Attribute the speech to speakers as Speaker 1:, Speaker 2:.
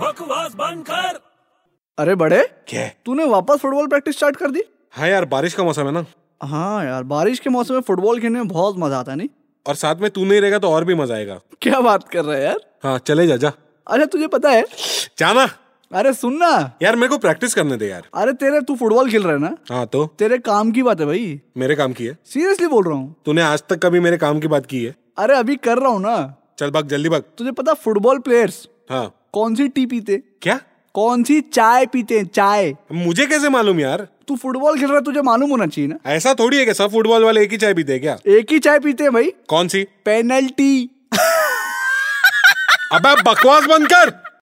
Speaker 1: बकवास बंद कर
Speaker 2: अरे बड़े
Speaker 3: क्या है?
Speaker 2: तूने वापस फुटबॉल प्रैक्टिस स्टार्ट कर दी
Speaker 3: हाँ यार बारिश का मौसम है ना
Speaker 2: हाँ यार बारिश के मौसम में फुटबॉल खेलने में बहुत मजा आता है नहीं
Speaker 3: और साथ में तू नहीं रहेगा तो और भी मजा आएगा
Speaker 2: क्या बात कर रहा है यार
Speaker 3: हाँ चले जा जा
Speaker 2: अरे तुझे पता है
Speaker 3: जाना
Speaker 2: अरे सुन ना
Speaker 3: यार मेरे को प्रैक्टिस करने दे यार
Speaker 2: अरे तेरे तू फुटबॉल खेल रहा है ना
Speaker 3: हाँ तो
Speaker 2: तेरे काम की बात है भाई
Speaker 3: मेरे काम की है
Speaker 2: सीरियसली बोल रहा हूँ
Speaker 3: तूने आज तक कभी मेरे काम की बात की है
Speaker 2: अरे अभी कर रहा हूँ ना
Speaker 3: चल भाग जल्दी भाग
Speaker 2: तुझे पता फुटबॉल प्लेयर्स
Speaker 3: हाँ
Speaker 2: कौन सी टी पीते
Speaker 3: क्या
Speaker 2: कौन सी चाय पीते हैं चाय
Speaker 3: मुझे कैसे मालूम यार
Speaker 2: तू फुटबॉल खेल रहा है तुझे मालूम होना चाहिए ना
Speaker 3: ऐसा थोड़ी है कि सब फुटबॉल वाले एक ही चाय पीते हैं क्या
Speaker 2: एक ही चाय पीते हैं भाई
Speaker 3: कौन सी
Speaker 2: पेनल्टी
Speaker 3: अबे बकवास बंद कर